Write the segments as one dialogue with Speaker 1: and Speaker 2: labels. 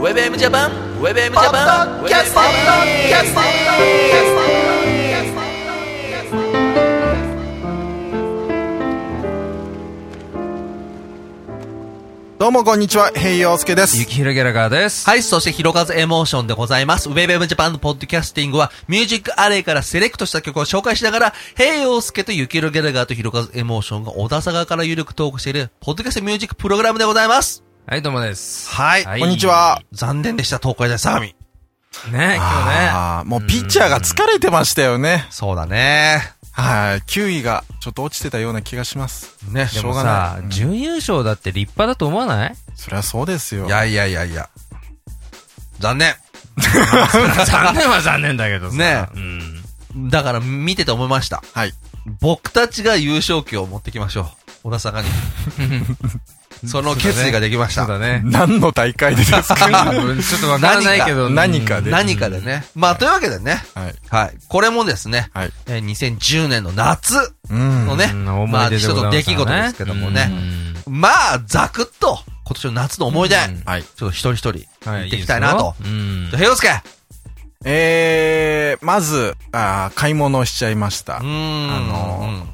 Speaker 1: WebM ジャパン WebM ジャパン
Speaker 2: キャスティングキャスティング
Speaker 3: どうもこんにちは、平井陽介で
Speaker 4: ゆ
Speaker 3: す。
Speaker 4: きひろギャラガーです。
Speaker 1: はい、そして、ひろかずエモーションでございます。ウェブエムジャパンのポッドキャスティングは、ミュージックアレイからセレクトした曲を紹介しながら、平洋介とゆきひろギャラガーとひろかずエモーションが小田坂から有力トークしている、ポッドキャストミュージックプログラムでございます。
Speaker 4: はい、どうもです。
Speaker 1: はい
Speaker 4: は
Speaker 3: こんにちは。
Speaker 1: 残念でした、東海大相模。
Speaker 4: ね、今
Speaker 3: ああ、もうピッチャーが疲れてましたよね。
Speaker 1: そうだね。
Speaker 3: はい。9位がちょっと落ちてたような気がします。
Speaker 1: ね、
Speaker 4: 日ね。で
Speaker 3: しょ
Speaker 4: も
Speaker 3: うがな
Speaker 4: さ
Speaker 3: い、うん
Speaker 4: 準優勝だって立派だと思わない
Speaker 3: そりゃそうですよ。
Speaker 1: いやいやいやいや。残 念。
Speaker 4: 残念は残念だけどさ。
Speaker 1: ね
Speaker 4: うん。
Speaker 1: だから、見てて思いました。
Speaker 3: はい。
Speaker 1: 僕たちが優勝旗を持ってきましょう。小田坂に。その決意ができまし
Speaker 4: そ
Speaker 1: た。
Speaker 4: うだね。
Speaker 3: 何の大会でですか
Speaker 4: うんちょっとわからないけど。
Speaker 3: 何か
Speaker 4: うん
Speaker 3: で
Speaker 1: 何かでね。まあ、というわけでね。
Speaker 3: はい。
Speaker 1: はい。これもですね、
Speaker 3: はい。
Speaker 1: えー2010年の夏
Speaker 3: うん。
Speaker 1: のね、
Speaker 4: うん
Speaker 1: ま
Speaker 4: 思い
Speaker 1: あ、
Speaker 4: 出で
Speaker 1: 一つ
Speaker 4: ござ
Speaker 1: の
Speaker 4: います
Speaker 1: 出来事ですけどもね。まあ、ざくっと、今年の夏の思い出、
Speaker 4: うん
Speaker 1: ち
Speaker 3: はい。
Speaker 1: ょっと一人一人、
Speaker 4: うんは
Speaker 1: 行っていきたいなと。
Speaker 4: いいですようん
Speaker 1: じゃあ、平介
Speaker 3: えー、まず、あー買い物をしちゃいました
Speaker 1: うー。ん。
Speaker 3: あの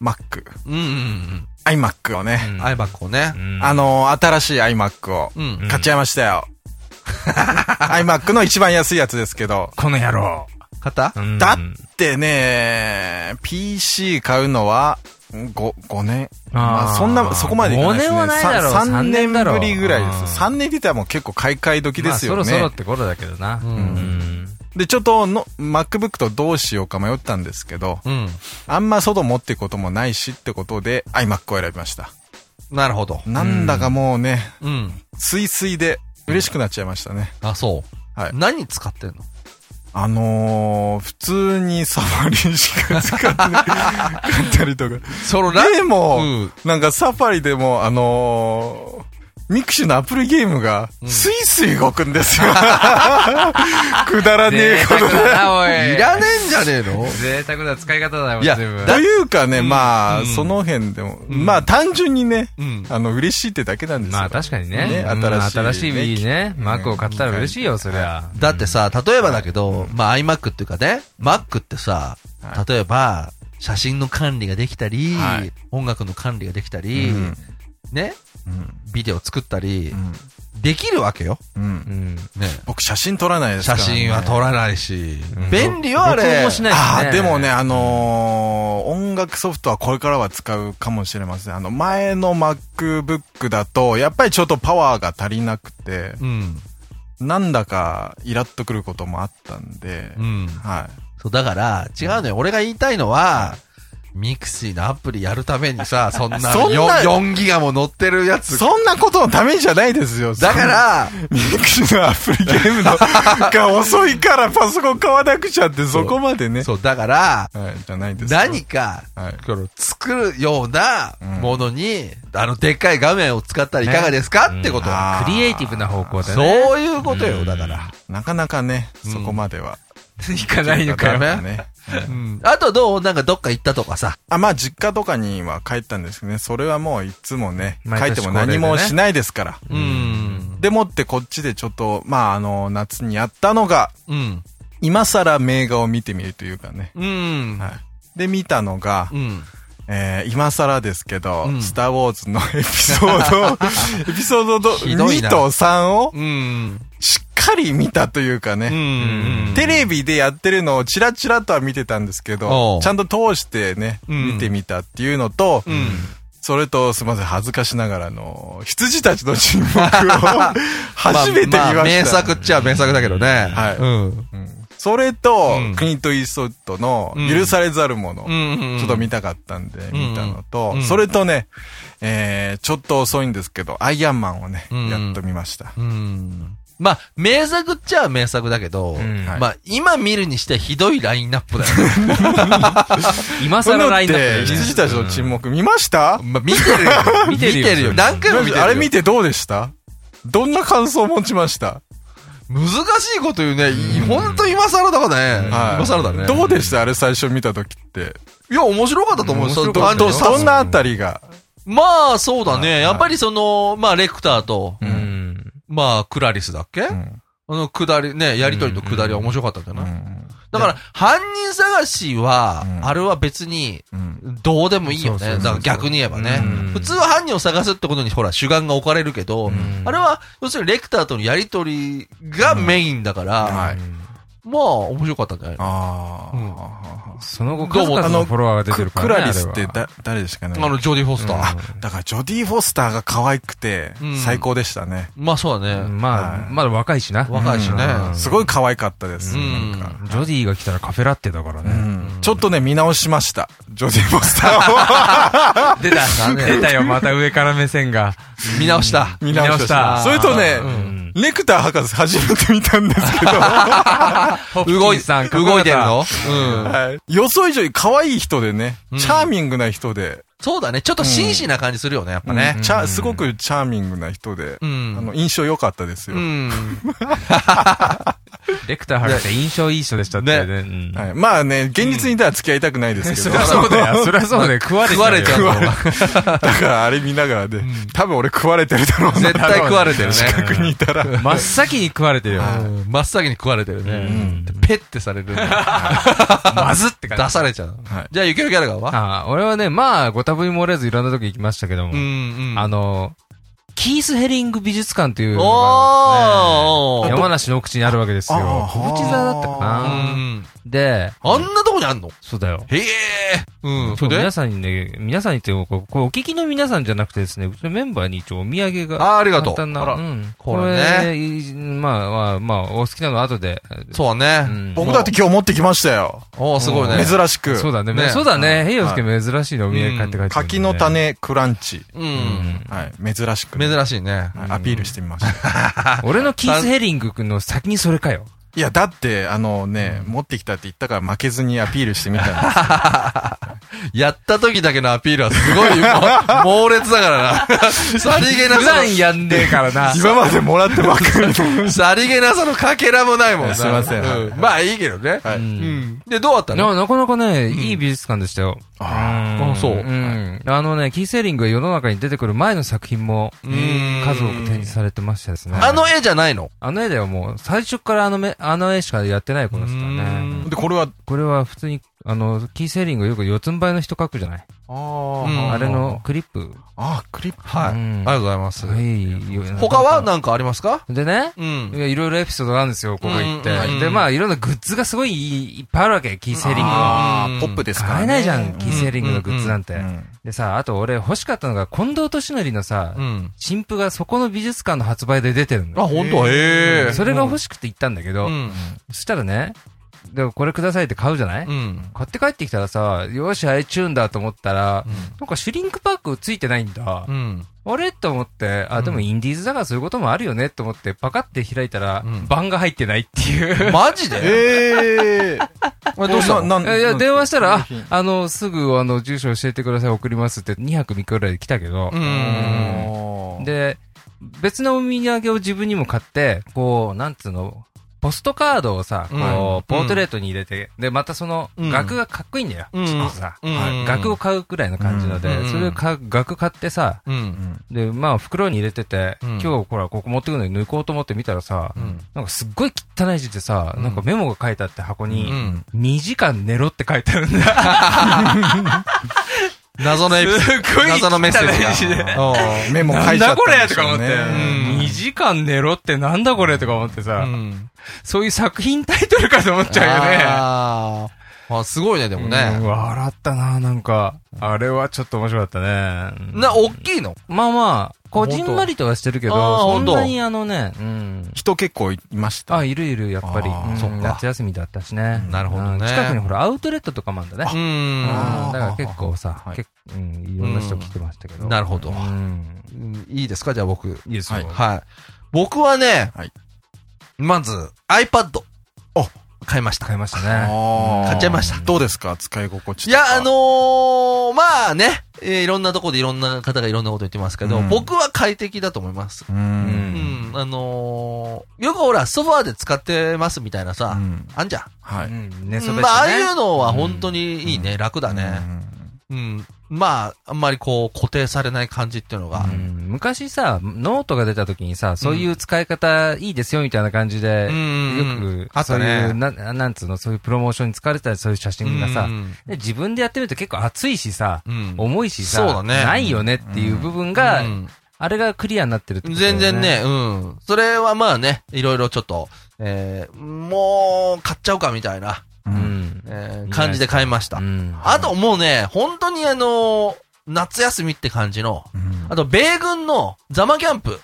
Speaker 3: マック。
Speaker 1: うん、うん、うん。
Speaker 3: iMac をね。
Speaker 1: アイバックをね
Speaker 4: う。ん
Speaker 3: あのー、新しい iMac を
Speaker 1: うん。
Speaker 3: 買っちゃいましたよ。iMac の一番安いやつですけど。
Speaker 4: この野郎。
Speaker 1: 方
Speaker 4: うん
Speaker 3: だってね、PC 買うのは、5、五年まあ、そんな、そこまでいかないですね。
Speaker 4: 5年はないだろう。
Speaker 3: さ3年
Speaker 4: だろう
Speaker 3: ぶりぐらいで
Speaker 4: うん
Speaker 3: す。3年って言ったらもう結構買い替え時ですよね。
Speaker 4: まあそろそろって頃だけどな。うんん。
Speaker 3: で、ちょっとの、MacBook とどうしようか迷ったんですけど、
Speaker 1: うん。
Speaker 3: あんま外持っていくこともないしってことで iMac を選びました。
Speaker 1: なるほど。
Speaker 3: なんだかもうね、
Speaker 1: うん。
Speaker 3: スイスイで嬉しくなっちゃいましたね。
Speaker 1: あ、そう。
Speaker 3: はい
Speaker 1: 何使ってんの
Speaker 3: あのー、普通にサファリしか使ってなかったりとか。
Speaker 1: そのラ
Speaker 3: でも、
Speaker 1: うん
Speaker 3: なんかサファリでも、あのー、ミクシーのアプリゲームが、スイスイ動くんですよ。くだらねえことで。
Speaker 4: い
Speaker 1: いらねえんじゃねえの
Speaker 4: 贅沢な使い方だよ、
Speaker 3: いや、
Speaker 4: 全部
Speaker 3: というかね、まあ、
Speaker 1: うん
Speaker 3: その辺でも、
Speaker 1: ん
Speaker 3: まあ単純にね、
Speaker 1: うん
Speaker 3: あの、嬉しいってだけなんですよ。
Speaker 4: まあ確かにね。
Speaker 3: ね
Speaker 4: う
Speaker 3: 新し
Speaker 4: ん
Speaker 3: いね
Speaker 4: 新しいね、マークを買ったら嬉しいよ、そりゃ。
Speaker 1: だってさ、例えばだけど、まあ iMac っていうかね、Mac ってさ、
Speaker 3: は
Speaker 1: 例えば、写真の管理ができたり
Speaker 3: はい、
Speaker 1: 音楽の管理ができたり
Speaker 3: うん、
Speaker 1: ね、
Speaker 3: うん
Speaker 1: ビデオ作ったり
Speaker 3: う、ん
Speaker 1: できるわけよ。
Speaker 3: うん
Speaker 4: うん。
Speaker 1: ね。
Speaker 3: 僕写真撮らないですか
Speaker 1: 写
Speaker 3: ら、ね。
Speaker 1: 真は撮らないし
Speaker 4: う、ん
Speaker 1: 便利よあ
Speaker 4: 録音
Speaker 1: れ
Speaker 4: も。しない
Speaker 3: あ
Speaker 4: し
Speaker 3: あ、
Speaker 4: ね。
Speaker 3: でもね、、あのー音楽ソフトはこれからは使うかもしれません。あの、前の MacBook だと、やっぱりちょっとパワーが足りなくて、
Speaker 1: うん。
Speaker 3: なんだかイラっとくることもあったんで、
Speaker 1: うん。
Speaker 3: は
Speaker 1: そう、だから、違うのよ。俺が言いたいのは、ミクシーのアプリやるために さ、そんな
Speaker 3: そんな
Speaker 1: よ4ギガも載ってるや
Speaker 3: い。
Speaker 1: つ。
Speaker 3: そんなことのためじゃないですよ。
Speaker 1: だから、
Speaker 3: ミクシーのアプリゲームのが遅いからパソコン買わなくちゃってそこまでね。
Speaker 1: そう、だから、
Speaker 3: はい、じゃないですよ。
Speaker 1: 何か、
Speaker 3: はい。
Speaker 1: この作るような
Speaker 3: うん
Speaker 1: ものに、あの、でっかい画面を使ったらいかがですか、
Speaker 4: ね
Speaker 1: ってこと、
Speaker 3: うんあー
Speaker 4: クリエイティブな方向でね。
Speaker 1: そういうことよ、
Speaker 4: うん
Speaker 1: だから。
Speaker 3: なかなかね、
Speaker 1: うん
Speaker 3: そこまでは。
Speaker 4: そう。いかないのか
Speaker 1: ダメ
Speaker 4: よ。
Speaker 3: ね。
Speaker 1: うん。あとどうなんかどっか行ったとかさ。
Speaker 3: あ、まあ、実家とかには帰ったんですけどね、それはもういつもね、
Speaker 4: 毎
Speaker 3: 帰って
Speaker 4: 年
Speaker 3: も
Speaker 4: 恒例で
Speaker 3: 何
Speaker 4: ね
Speaker 3: もしないですから。
Speaker 1: うん。
Speaker 3: でもってこっちでちょっと、まあ、あの、夏にやったのが、
Speaker 1: うん。
Speaker 3: 今更名画を見てみるというかね。
Speaker 1: うん。
Speaker 3: はい。で、見たのが、
Speaker 1: うん。
Speaker 3: えー、今更ですけど、
Speaker 1: うん
Speaker 3: スターウォーズのエピソー ド、エピソードど
Speaker 1: ひどいな
Speaker 3: 2と3を
Speaker 1: うん。
Speaker 3: しっかり見たというか
Speaker 1: う
Speaker 3: ね、
Speaker 1: ん。
Speaker 3: テレビでやってるのをチラチラとは見てたんですけ
Speaker 1: お
Speaker 3: ど
Speaker 1: う、
Speaker 3: ちゃんと通してね、
Speaker 1: うん
Speaker 3: 見てみたっていうのと、
Speaker 1: うん。
Speaker 3: それと、すみません、恥ずかしながら、あの、羊たちの沈黙を初めて見ました。
Speaker 1: ああ名作っちゃ名作だけどね。
Speaker 3: はい
Speaker 1: うん。
Speaker 3: うんそれと、
Speaker 1: うん
Speaker 3: クリント・イーストウッドの許されざるもの、
Speaker 1: うん。
Speaker 3: ちょっと見たかったんで、
Speaker 1: ん
Speaker 3: 見たのと、
Speaker 1: うん
Speaker 3: それとね、えー、ちょっと遅いんですけど、アイアンマンをね、
Speaker 1: うん
Speaker 3: やっと見ました。
Speaker 1: うん。まあ、名作っちゃ名作だけど、
Speaker 4: ん
Speaker 1: まあ、今見るにしてはひどいラインナップだよね。
Speaker 4: 今
Speaker 3: それ
Speaker 4: 更
Speaker 3: だ
Speaker 4: ライ
Speaker 3: っ
Speaker 4: ンナッ
Speaker 3: て、
Speaker 4: プでね
Speaker 3: 羊たちの沈黙見ました、
Speaker 1: まあ、見てるよ。
Speaker 4: 見てるよ
Speaker 1: 何回も見てるよ。
Speaker 3: あれ見てどうでしたどんな感想を持ちました、
Speaker 1: 難しいこと言うね。いほんと今更だからね。
Speaker 3: はい
Speaker 1: 今更だね。
Speaker 3: どうでしたあれ最初見た時って。
Speaker 1: いや、面白かったと思うよ。
Speaker 4: 面
Speaker 1: その
Speaker 4: 白かった
Speaker 1: 感
Speaker 3: ど
Speaker 1: じ
Speaker 3: そんなあたりが。
Speaker 1: まあ、そうだね。
Speaker 3: はい
Speaker 1: やっぱりその、まあ、レクターと、
Speaker 4: うん。
Speaker 1: まあ、クラリスだっけ、
Speaker 3: うん
Speaker 1: あの、下り、ね、やりとりの下りは面白かったんじゃ
Speaker 3: う
Speaker 1: ない、
Speaker 3: ん
Speaker 1: だから、犯人探しは、
Speaker 3: うん
Speaker 1: あれは別に、
Speaker 3: うん
Speaker 1: どうでもいいよ
Speaker 3: そうそ
Speaker 1: ね。
Speaker 3: うそ
Speaker 1: だ
Speaker 3: う
Speaker 1: から逆に言えばね
Speaker 4: うん。
Speaker 1: 普通は犯人を探すってことに、ほら、主眼が置かれるけど、
Speaker 4: ん
Speaker 1: あれは、要するにレクターとのやりとりがメインだから、
Speaker 3: うんはい
Speaker 1: まあ、面白かったんじゃないの
Speaker 3: あー
Speaker 1: うん
Speaker 3: あ
Speaker 4: その後、数々のフォロワーが出
Speaker 3: ー
Speaker 4: てる
Speaker 3: ク
Speaker 4: から
Speaker 3: クラ
Speaker 4: ね。
Speaker 3: リスって
Speaker 4: あれは
Speaker 3: だ誰でしたかね
Speaker 1: あの、ジョディ・フォスター。
Speaker 3: だからジョディ・フォスターが可愛くて
Speaker 1: うん
Speaker 3: 最高でしたね。
Speaker 1: まあ、そうだね。
Speaker 4: ま
Speaker 3: は
Speaker 4: あ、
Speaker 3: い
Speaker 4: まだ若いしな。
Speaker 1: 若いしね
Speaker 4: うん
Speaker 3: すごい可愛かったです。
Speaker 1: うん
Speaker 3: なんか
Speaker 4: ジョディが来たらカフェラテだから
Speaker 3: う
Speaker 4: ね。
Speaker 3: んちょっとね、見直しました。ジョディ・フォスターを
Speaker 4: 出た、 出たよ、また上から目線が。
Speaker 1: 見直した。
Speaker 3: 見直し
Speaker 4: 見直
Speaker 3: た。
Speaker 4: した
Speaker 3: それとね
Speaker 1: う、
Speaker 4: ん
Speaker 3: レクター博士初めて見たんですけど、
Speaker 1: 動い、
Speaker 4: さん、
Speaker 1: 動いてるのうん。
Speaker 3: はい予想以上に可愛い人でね
Speaker 1: う、ん
Speaker 3: チャーミングな人で、
Speaker 1: そうだね。ちょっと紳士な感じするよね、やっぱ
Speaker 3: ね
Speaker 1: ね。
Speaker 3: チャすごくチャーミングな人で、
Speaker 1: う
Speaker 3: あ
Speaker 1: ん。
Speaker 3: の印象良かったですよ
Speaker 1: う。ん。
Speaker 4: レクター博士、印象いい人でしたってね。うん
Speaker 3: はいまあね、現実にいたら付き合いたくないですけ
Speaker 4: そ
Speaker 3: ど
Speaker 4: り、ゃそうだよ。そりゃそうだよ。食われちゃうよ。
Speaker 1: 食われちゃうの。
Speaker 3: だからあれ見ながらで、多分俺食われてるだろうな
Speaker 1: 絶、対食われてるね。
Speaker 4: 近
Speaker 3: 逆にいたら。
Speaker 4: 真っ先に食われてるよ。
Speaker 1: うん真っ先に食われてるね。ペッてされるんだよ。
Speaker 4: まずって感じ。
Speaker 1: 出されちゃう
Speaker 3: はい。
Speaker 1: じゃあ、ゆけるキャラがは
Speaker 4: ああ俺はね、まあ、ご多分に漏れずいろんなとこ行きましたけども
Speaker 1: う、んうん。
Speaker 4: あの、キース・ヘリング美術館というのが
Speaker 1: お
Speaker 4: ね、
Speaker 1: ー
Speaker 4: 山梨の奥地にあるわけですよ
Speaker 3: ああ。
Speaker 4: 小淵沢だったか
Speaker 1: う
Speaker 4: な。
Speaker 1: ん。
Speaker 4: で、
Speaker 1: あんなとこにあんの
Speaker 4: そうだよ。
Speaker 1: へえ。うん。それで
Speaker 4: 皆さんにね、皆さんにっていうか、これお聞きの皆さんじゃなくてですね、うちのメンバーに一応お土産が。
Speaker 1: あー、ありがとう。
Speaker 4: 簡単な
Speaker 1: あら
Speaker 4: うん
Speaker 1: こ
Speaker 4: こ
Speaker 1: れ
Speaker 4: れ
Speaker 1: ね
Speaker 4: ね。まあまあ、まあ、お好きなのは後で。
Speaker 1: そうだね。
Speaker 4: ん
Speaker 3: 僕だって今日持ってきましたよ。
Speaker 1: おー、すごいね。
Speaker 3: 珍しく。
Speaker 4: そうだ
Speaker 1: ね
Speaker 4: ね。そうだね。ヘイヨスケ
Speaker 3: は
Speaker 4: 珍しいのお土産買って帰ってくるんでね
Speaker 3: 柿の。種クランチ。
Speaker 1: う。
Speaker 4: うんん。
Speaker 3: はい、珍しくね。
Speaker 1: 珍しいね。
Speaker 3: はいアピールしてみました。
Speaker 4: 俺のキース・ヘリング君の先にそれ かよ。
Speaker 3: いや、だって、あのね、持ってきたって言ったから負けずにアピールしてみた んです。
Speaker 1: やった時だけのアピールはすごいもう猛烈だから な。さりげな
Speaker 4: 普
Speaker 1: さ
Speaker 4: 段やんねえから な。
Speaker 3: 今までもらってばっかりの。
Speaker 1: の、さりげなさのかけらもないもんな。
Speaker 3: すいません
Speaker 1: うまあいいけどね。
Speaker 3: はい。
Speaker 4: う
Speaker 1: うんん。で、どうだったの
Speaker 4: ななかなかね、いい美術館でしたよ。。
Speaker 3: あ
Speaker 1: あそうん
Speaker 4: あのね、キーセーリングが世の中に出てくる前の作品も、
Speaker 1: ん
Speaker 4: 数多く展示されてましたですね。
Speaker 1: あの絵じゃないの
Speaker 4: あの絵ではもう、最初からあのめあの絵しかやってない子ですから
Speaker 1: うん
Speaker 4: ね。
Speaker 3: で、これは、
Speaker 4: これは普通に、あの、キーセーリングよく四つん這いの人描くじゃない
Speaker 1: うん
Speaker 4: あれの、クリップ。
Speaker 3: あ、クリップ。
Speaker 1: はい。あ
Speaker 4: う
Speaker 1: り
Speaker 4: ん
Speaker 1: がとうございます。
Speaker 4: はいよ。
Speaker 1: 他は
Speaker 4: な
Speaker 1: 何かありますか
Speaker 4: でね、
Speaker 1: うん
Speaker 4: い。やいろいろエピソードがあるんですよ、ここ行って
Speaker 1: うんうんうん。
Speaker 4: で、まあ、いろんなグッズがすごいいっぱいあるわけ、キーセーリングは。
Speaker 3: あ
Speaker 1: うん
Speaker 3: ーポップですからね。
Speaker 4: 買えないじゃん、キーセーリングのグッズなんて
Speaker 3: う。ん
Speaker 4: でさ、あと俺欲しかったのが、近藤敏則のさ
Speaker 1: う、ん。
Speaker 4: 新譜がそこの美術館の発売で出てるの
Speaker 1: あ、
Speaker 4: よ。
Speaker 1: 本当へえ。
Speaker 4: それが欲
Speaker 1: しい。
Speaker 4: しくて行ったんだけ
Speaker 1: う
Speaker 4: ど、
Speaker 1: ん。
Speaker 4: そしたらね、でもこれくださいって買うじゃない
Speaker 1: うん。
Speaker 4: 買って帰ってきたらさ、よし、iTune だと思ったら、なんかシュリンクパックついてないんだ
Speaker 1: う。ん。
Speaker 4: あれと思って、あ、でもインディーズだからそういうこともあるよねと思って、パカって開いたら
Speaker 1: うん、
Speaker 4: 版が入ってないっていう。
Speaker 1: マジで
Speaker 3: ええ。
Speaker 1: お前どうしたの
Speaker 3: な
Speaker 4: いやいや、電話したら、あ
Speaker 3: うん
Speaker 4: あの、すぐ、あの、住所教えてください、送りますって、2泊3日ぐらいで来たけど
Speaker 1: う、ん。
Speaker 4: で、別のお土産を自分にも買って、こう、なんつうの、ポストカードをさ、こう、
Speaker 1: うん
Speaker 4: ポートレートに入れて、で、またその、
Speaker 1: うん
Speaker 4: 額がかっこいいんだよ。
Speaker 1: うん
Speaker 4: ちょっとさ、
Speaker 1: うん
Speaker 4: はい額を買うくらいの感じので、
Speaker 1: うん
Speaker 4: それをか額買ってさ、
Speaker 1: うん。
Speaker 4: で、まあ、袋に入れてて、
Speaker 1: うん
Speaker 4: 今日、ほら、ここ持ってくるのに抜こうと思って見たらさ、
Speaker 1: うん
Speaker 4: なんかすっごい汚い字でさ、
Speaker 1: うん
Speaker 4: なんかメモが書いてあって箱
Speaker 1: う
Speaker 4: に、
Speaker 1: ん。
Speaker 4: 2時間寝ろって書いてあるんだよ。
Speaker 1: 謎のエピソード。
Speaker 4: すごい
Speaker 1: 謎のメッセージ
Speaker 4: 汚い字
Speaker 1: が
Speaker 4: で。
Speaker 1: おー
Speaker 3: メモ
Speaker 4: な
Speaker 3: 書
Speaker 4: ん
Speaker 3: いちゃ
Speaker 4: だ
Speaker 3: った
Speaker 4: こ
Speaker 3: ん
Speaker 4: れ
Speaker 3: で
Speaker 4: と
Speaker 3: し
Speaker 4: か
Speaker 3: ょ
Speaker 4: 思
Speaker 3: う
Speaker 4: って、
Speaker 3: ね。
Speaker 1: ん
Speaker 4: 2時間寝ろってなんだこれとか思ってさ、
Speaker 1: うん
Speaker 4: そういう作品タイトルかと思っちゃうよね。
Speaker 1: あーあ、すごいね、でもね。
Speaker 4: うん笑ったな、なんか。あれはちょっと面白かったね。
Speaker 1: な、おっきいの
Speaker 4: まあまあ、こじんまりとはしてるけど、
Speaker 1: あ
Speaker 4: そ
Speaker 1: 本
Speaker 4: ん
Speaker 1: 当
Speaker 4: なにあのね、うん。
Speaker 3: 人結構いました。
Speaker 4: あ、いるいる、やっぱり。
Speaker 3: あー
Speaker 4: うん
Speaker 1: そっか
Speaker 4: 夏休みだったしね。
Speaker 1: なるほどね
Speaker 4: うん近くにほら、アウトレットとかもあるんだ
Speaker 1: う
Speaker 4: ね。うん
Speaker 1: ん。
Speaker 4: だから結構さ
Speaker 3: は、い
Speaker 4: 結構、うん、いろんな人来てましたけど。
Speaker 1: なるほど
Speaker 4: う。ん。
Speaker 1: うんいいですかじゃあ僕。
Speaker 4: いいですよ
Speaker 3: はい
Speaker 1: はい。僕はね、
Speaker 3: はい
Speaker 1: まず iPad を買いました。
Speaker 4: 買いました
Speaker 3: あ
Speaker 4: ね。
Speaker 3: ー
Speaker 1: 買っちゃいました
Speaker 3: どうですか使い心地と
Speaker 1: い
Speaker 3: か。
Speaker 1: や、あのー、まあね、えーいろんなとこでいろんな方がいろんなこと言ってますけど、
Speaker 3: うん
Speaker 1: 僕は快適だと思います。
Speaker 3: う。
Speaker 4: うん
Speaker 1: うん、あのー、よくほら、ソファーで使ってますみたいなさ、
Speaker 3: うん
Speaker 1: あんじゃん。
Speaker 3: は
Speaker 4: う
Speaker 3: い。
Speaker 4: ん。寝そべってね
Speaker 1: まあ、ああいうのは本当にいいね、楽だね。
Speaker 3: うん
Speaker 1: うん。まあ、あんまりこう固定されない感じっていうのが、
Speaker 4: うん昔さ、ノートが出た時にさ、そういう使い方いいですよみたいな感じで、
Speaker 1: うん
Speaker 4: よく、
Speaker 1: あっ
Speaker 4: そ
Speaker 1: た
Speaker 4: う
Speaker 1: ね
Speaker 4: いう、ななんつうの、そういうプロモーションに使われたり、そういう写真がさ、
Speaker 1: うん
Speaker 4: で自分でやってみると結構熱いしさ、
Speaker 1: うん
Speaker 4: 重いしさ、
Speaker 1: そうだね
Speaker 4: ないよねっていう部分が、
Speaker 1: うん
Speaker 4: あれがクリアになってるってことだよ
Speaker 1: 全然。ね、うん。それはまあね、いろいろちょっと、えー、もう、買っちゃうかみたいな、
Speaker 4: う
Speaker 3: うん
Speaker 4: ん。
Speaker 1: えー感じで買いました。
Speaker 4: うん
Speaker 1: あともうね、本当にあのー夏休みって感じの、
Speaker 3: うん
Speaker 1: あと、米軍のザマキャンプ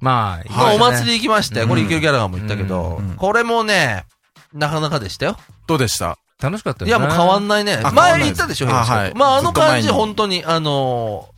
Speaker 4: まあ、
Speaker 1: のお祭
Speaker 4: り。
Speaker 1: り行きまして、
Speaker 4: うん
Speaker 1: これ、イケるキャラがも言ったけど、
Speaker 3: うん
Speaker 1: これもね、なかなかでしたよ。
Speaker 3: どうでした
Speaker 4: 楽しかった
Speaker 1: い
Speaker 4: よ
Speaker 1: や、
Speaker 4: ね。
Speaker 1: もう変わんないね
Speaker 3: あ。変わん
Speaker 1: 前
Speaker 3: な
Speaker 1: 言
Speaker 3: いで
Speaker 1: っ
Speaker 3: す
Speaker 1: たでしょ、平
Speaker 3: あ
Speaker 1: 成
Speaker 3: はい
Speaker 1: まあ、あの感じ、
Speaker 3: ずっと前に
Speaker 1: 本当に、あのー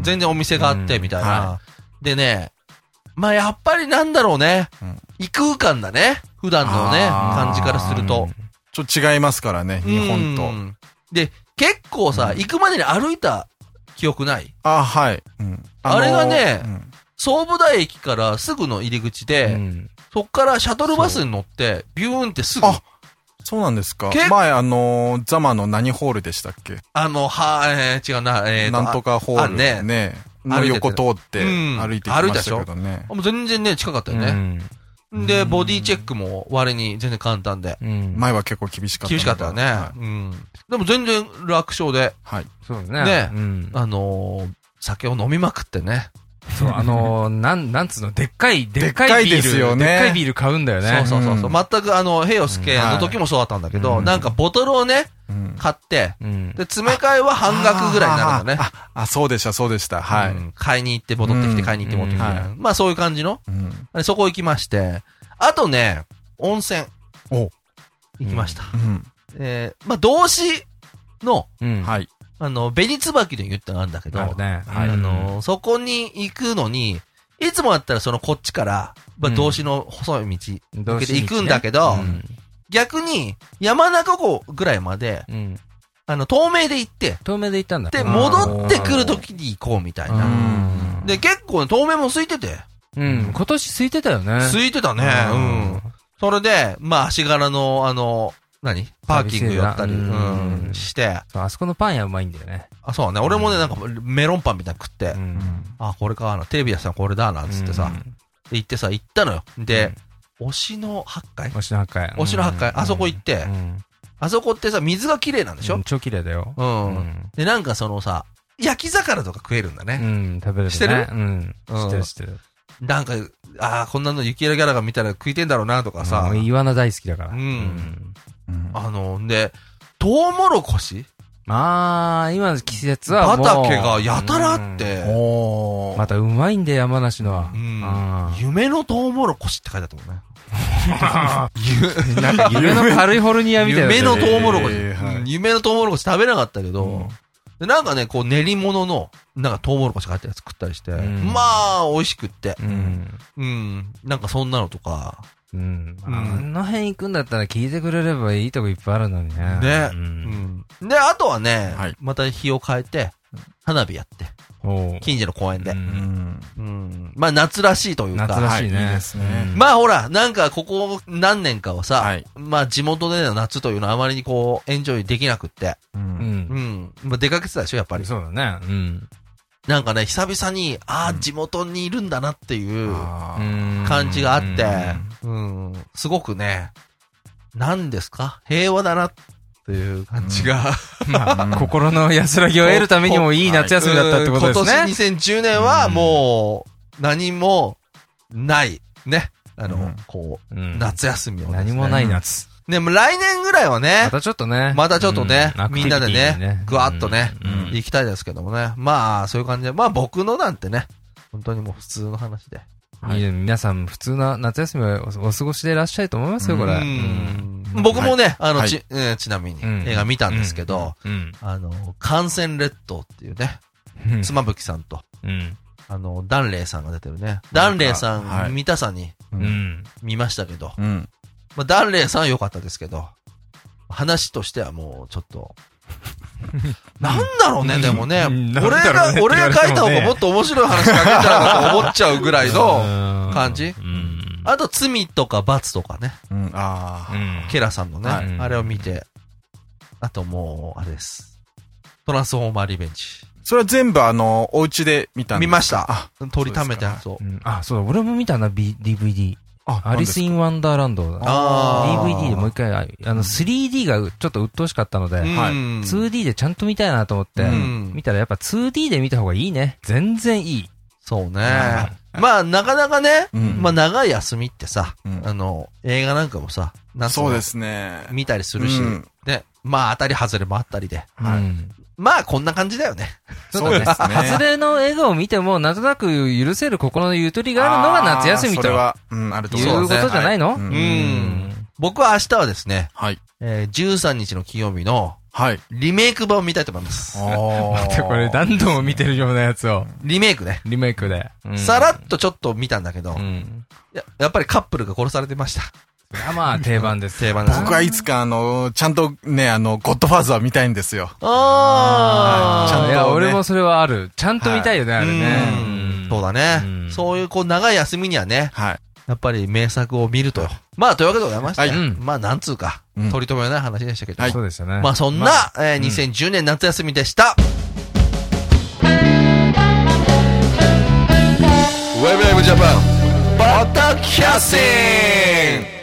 Speaker 1: 全然お店があって、
Speaker 4: うん
Speaker 1: みたい
Speaker 3: は
Speaker 1: な。でね、まあ、やっぱりなんだろうね
Speaker 3: うん。
Speaker 1: 異空間だね。普段のね、
Speaker 3: あー
Speaker 1: 感じからすると。
Speaker 3: ちょっと違いますからね、日本
Speaker 1: う
Speaker 3: と。
Speaker 1: んで、結構さ、行くまでに歩いた記憶ない
Speaker 3: あ、はい。うん
Speaker 1: あれがね、
Speaker 3: のー
Speaker 1: 総武台駅からすぐの入り口
Speaker 4: う
Speaker 1: で、
Speaker 4: ん。
Speaker 1: そっからシャトルバスに乗って、ビューンってすぐ、
Speaker 3: あそうなんですか
Speaker 1: け。
Speaker 3: 前、あのー、ザマの何ホールでしたっけ
Speaker 1: あの、は、えー違うな、えー、
Speaker 3: なんとかホール
Speaker 1: あ
Speaker 3: ね。
Speaker 1: ね
Speaker 3: ねの横通って
Speaker 1: うん
Speaker 3: 歩いてきましたけどね
Speaker 1: あ。もう全然ね、近かったよ
Speaker 4: う
Speaker 1: ね。
Speaker 4: ん
Speaker 1: で、ボディチェックも割に全然簡単で。
Speaker 4: うん。
Speaker 3: 前は結構厳しかったの
Speaker 1: 厳
Speaker 3: が。
Speaker 1: しかったよね。
Speaker 3: は
Speaker 1: うん。でも全然楽勝で、
Speaker 3: い。
Speaker 4: そうね。
Speaker 1: ね
Speaker 4: うん。
Speaker 1: あのー酒を飲みまくってね。
Speaker 4: そう、あの ー、なん、なんつうの、でっかい、でっか
Speaker 3: でっか
Speaker 4: い
Speaker 3: い
Speaker 4: ビール。
Speaker 3: ですよね
Speaker 4: でっかいビール買うんだよね。
Speaker 1: そうそうそうそう。
Speaker 3: うん
Speaker 1: 全くあの、ヘイオスケ
Speaker 3: うんはい
Speaker 1: の時もそうだったんだけど、
Speaker 4: うん
Speaker 1: なんかボトルをね、
Speaker 3: うん
Speaker 1: 買って、
Speaker 4: うん。
Speaker 1: で、詰め替えは半額ぐらいになるんだね。
Speaker 3: ああああ、そうでした、そうでした。はい。
Speaker 1: うん買いに行って、戻ってきて、買いに行って、戻ってきて。
Speaker 3: うんは
Speaker 1: まあそういう感じの。
Speaker 3: うん
Speaker 1: でそこ行きまして、あとね、温泉。
Speaker 3: お
Speaker 1: 行きました。
Speaker 3: うん
Speaker 1: えー、まあ、動詞の、
Speaker 4: うん。
Speaker 3: はい。
Speaker 1: あの、紅椿の言ったのがあるんだけど、
Speaker 4: あるね。
Speaker 1: あのー、そこに行くのに、いつもだったらそのこっちから、まあ、
Speaker 4: うん
Speaker 1: 動詞の細い道、
Speaker 4: うん、
Speaker 1: 抜けて行くんだけど、
Speaker 4: うん
Speaker 1: 逆に、山中湖ぐらいまで、
Speaker 4: うん。
Speaker 1: あの、透明で行って、
Speaker 4: 透明で行ったんだ。
Speaker 1: で、
Speaker 4: うん
Speaker 1: 戻ってくるときに行こうみたいな。
Speaker 4: うん
Speaker 1: で、結構ね、透明も空いてて。
Speaker 4: うん。今年空いてたよね。
Speaker 1: 空いてたね。うん。それで、まあ、足柄の、あの、何パーキングやったり、う
Speaker 4: 寂しいなうん
Speaker 1: ん、して、
Speaker 4: そうあそこのパン屋うまいんだよね。
Speaker 1: あ、そうね。俺もね、なんか、メロンパンみたいなの食って
Speaker 4: う、ん。
Speaker 1: あ、これかな、テレビ屋さんこれだな、つってさ、で行ってさ、行ったのよ。で、推しの八階
Speaker 4: うん、おしの八回。
Speaker 1: 推しの八階、あそこ行って、
Speaker 4: うん。
Speaker 1: あそこってさ、水が綺麗なんでし
Speaker 4: う
Speaker 1: ょ
Speaker 4: ん超綺麗だよ。
Speaker 1: うん。
Speaker 4: うん。
Speaker 1: で、なんかそのさ、焼き魚とか食えるんだ
Speaker 4: う
Speaker 1: ね。
Speaker 4: ん、食べれる、ね。
Speaker 1: してる
Speaker 4: うん。
Speaker 1: うん
Speaker 4: 知ってる知ってる。
Speaker 1: なんか、あーこんなの雪色ギャラが見たら食いてんだろうな、とかさ
Speaker 4: う、んイワナ大好きだから。
Speaker 1: うん
Speaker 3: うん
Speaker 1: あの、で、トウモロコシ
Speaker 4: まあ、今の季節はもう。
Speaker 1: 畑がやたらあっ
Speaker 4: うん。
Speaker 1: て、
Speaker 3: おー
Speaker 4: またうまいんで、山梨のは。
Speaker 1: う
Speaker 4: うんん
Speaker 1: 夢のトウモロコシって書いてあったもんね。
Speaker 4: なんか夢のカリフォルニアみたいな。
Speaker 1: 夢のトウモロコシ。
Speaker 3: えーはい
Speaker 1: うん夢のトウモロコシ食べなかったけど、
Speaker 4: うん
Speaker 1: でなんかね、こう練り物の、なんかトウモロコシが入ったやつ食ったりして、
Speaker 4: ん
Speaker 1: まあ、美味しくって。
Speaker 4: うん。
Speaker 1: うん。なんかそんなのとか。
Speaker 4: うん。
Speaker 1: うん
Speaker 4: あの辺行くんだったら聞いてくれればいいとこいっぱいあるのにね。
Speaker 1: ね。
Speaker 4: う。
Speaker 1: うんん。で、あとはね、
Speaker 3: はい
Speaker 1: また日を変えて、花火やって、
Speaker 4: ほう
Speaker 1: 近所の公園で。
Speaker 4: う
Speaker 3: うんん
Speaker 1: うん。まあ、夏らしいというか。
Speaker 4: 夏ら
Speaker 3: は
Speaker 4: し
Speaker 3: い、い
Speaker 4: い
Speaker 3: い
Speaker 4: ね
Speaker 3: ですね。
Speaker 1: まあほら、なんかここ何年かはさ、
Speaker 3: はい
Speaker 1: まあ地元での夏というのはあまりにこうエンジョイできなくって、
Speaker 3: う
Speaker 4: うん。
Speaker 1: うんん。まあ出かけてたでしょ、やっぱり。
Speaker 4: そうだね。うん。
Speaker 1: なんかね、久々に、ああ、地元にいるんだなっていう
Speaker 3: あー
Speaker 4: うん
Speaker 1: 感じがあって、うん、すごくね、何ですか平和だなっていう感じが。
Speaker 4: まあ、 心の安らぎを得るためにもいい夏休みだったってことですね。
Speaker 1: 今年2010年はもう、何もない。ね。あの、
Speaker 3: うん
Speaker 1: こう、
Speaker 4: うん
Speaker 1: 夏休みを、ね。
Speaker 4: 何もない。夏。
Speaker 1: でも来年ぐらいはね、
Speaker 4: またちょっとね。
Speaker 1: またちょっとね
Speaker 4: うアク
Speaker 1: み
Speaker 4: ティ
Speaker 1: ん
Speaker 4: ビテ
Speaker 1: な
Speaker 4: ィ
Speaker 1: で
Speaker 4: に
Speaker 1: ねぐわっとね
Speaker 4: うんうん
Speaker 1: 行きたいですけどもね。まあ、そういう感じで。まあ僕のなんてね、本当にもう普通の話で。
Speaker 4: いや皆さん、普通な夏休みをおお過ごしでいらっしゃると思いますよ、これ。
Speaker 1: うん僕もね、あの、
Speaker 3: はい
Speaker 1: ち、えーちなみに
Speaker 4: うん
Speaker 1: 映画見たんですけど、
Speaker 4: うん。
Speaker 1: あの、感染列島っていうね、
Speaker 4: うん
Speaker 1: 妻夫木さんと、
Speaker 4: うん。
Speaker 1: あの、ダンレイさんが出てるね。ダンレイさん、
Speaker 3: はい
Speaker 1: 見たさに
Speaker 4: うん。
Speaker 1: 見ましたけど、
Speaker 3: うん。
Speaker 1: まあ、ダンレイさんは良かったですけど、話としてはもうちょっ と、なんだろうね、でもね。
Speaker 4: うん
Speaker 1: 俺
Speaker 4: なんだろう
Speaker 1: が
Speaker 4: ねっ、て
Speaker 1: 俺
Speaker 4: 言わ
Speaker 1: が
Speaker 4: れてもね
Speaker 1: 書いた方がもっと面白い話書けたらなと思っちゃうぐらいの
Speaker 4: うん
Speaker 1: 感じ
Speaker 4: うん。
Speaker 1: あと、罪とか罰とかね。
Speaker 3: うん。あ
Speaker 4: うん
Speaker 1: ケラさんのね、
Speaker 4: はい
Speaker 1: あれを見て。あともう、あれです。トランスフォーマーリベンジ。
Speaker 3: それは全部あの、お家で見たん
Speaker 1: 見
Speaker 3: ですか
Speaker 1: ました
Speaker 3: あ、
Speaker 1: 取りためて
Speaker 3: そ
Speaker 1: そう
Speaker 3: うです、か
Speaker 4: う。んあ、そうだ、俺も見たな、B、DVD。
Speaker 3: あ
Speaker 4: アリス・イン・ワンダーランド。
Speaker 1: あー
Speaker 4: DVD でもう一回、ああの、3D がちょっと鬱陶しかったので、
Speaker 3: はい
Speaker 1: うん
Speaker 4: 2D でちゃんと見たいなと思って、
Speaker 1: うん
Speaker 4: 見たらやっぱ 2D で見た方がいいね。全然いい。
Speaker 1: そうね。まあ、なかなかね、
Speaker 3: うん
Speaker 1: まあ、長い休みってさ、
Speaker 3: うん
Speaker 1: あの、映画なんかもさ、夏
Speaker 3: そうで
Speaker 1: は
Speaker 3: すね。
Speaker 1: 見たりするし、
Speaker 3: うん
Speaker 1: で、まあ、当たり外れもあったりで。
Speaker 3: はい
Speaker 4: うん
Speaker 1: まあ、こんな感じだよね。
Speaker 4: そうですね。
Speaker 3: そうですね
Speaker 4: 外れの笑顔を見ても、なんとなく許せる心のゆとりがあるのが夏休み
Speaker 3: あーそ
Speaker 4: と
Speaker 3: れ
Speaker 4: いう
Speaker 3: は、うん、あると思
Speaker 4: こと
Speaker 1: う
Speaker 4: じ
Speaker 1: ね
Speaker 4: ゃないの
Speaker 3: う
Speaker 1: うんん。僕は明日はですね、
Speaker 3: はい。
Speaker 1: えー13日の金曜日の
Speaker 3: はい。
Speaker 1: リメイク版を見たいと思います。
Speaker 3: あ
Speaker 4: ってこれ何度も見てるようなやつを、
Speaker 1: リメイクね。
Speaker 4: リメイクで。うん
Speaker 1: さらっとちょっと見たんだけど、
Speaker 4: うん。
Speaker 1: ややっぱりカップルが殺されてました。
Speaker 4: それはまあ定番です。
Speaker 1: 定番ですね
Speaker 3: 僕はいつかあの、ちゃんとね、あの、ゴッドファーザー見たいんですよ。
Speaker 1: あ
Speaker 3: ちゃんと
Speaker 4: い
Speaker 3: ね
Speaker 4: や、俺もそれはある。ちゃんと見たいよね、あれね。
Speaker 1: そうだね。
Speaker 4: うん
Speaker 1: そういうこう長い休みにはね、
Speaker 3: はい。
Speaker 1: やっぱり名作を見るとよ。まあ、というわけでございまして、
Speaker 3: はい
Speaker 4: うん
Speaker 1: まあ、なんつうか、
Speaker 3: うん
Speaker 1: 取り留めない話でしたけど、
Speaker 3: はい
Speaker 4: そうですよね。
Speaker 1: まあ、そんな、えー2010年夏休みでした。ウェブライブジャパン、バタキャッシン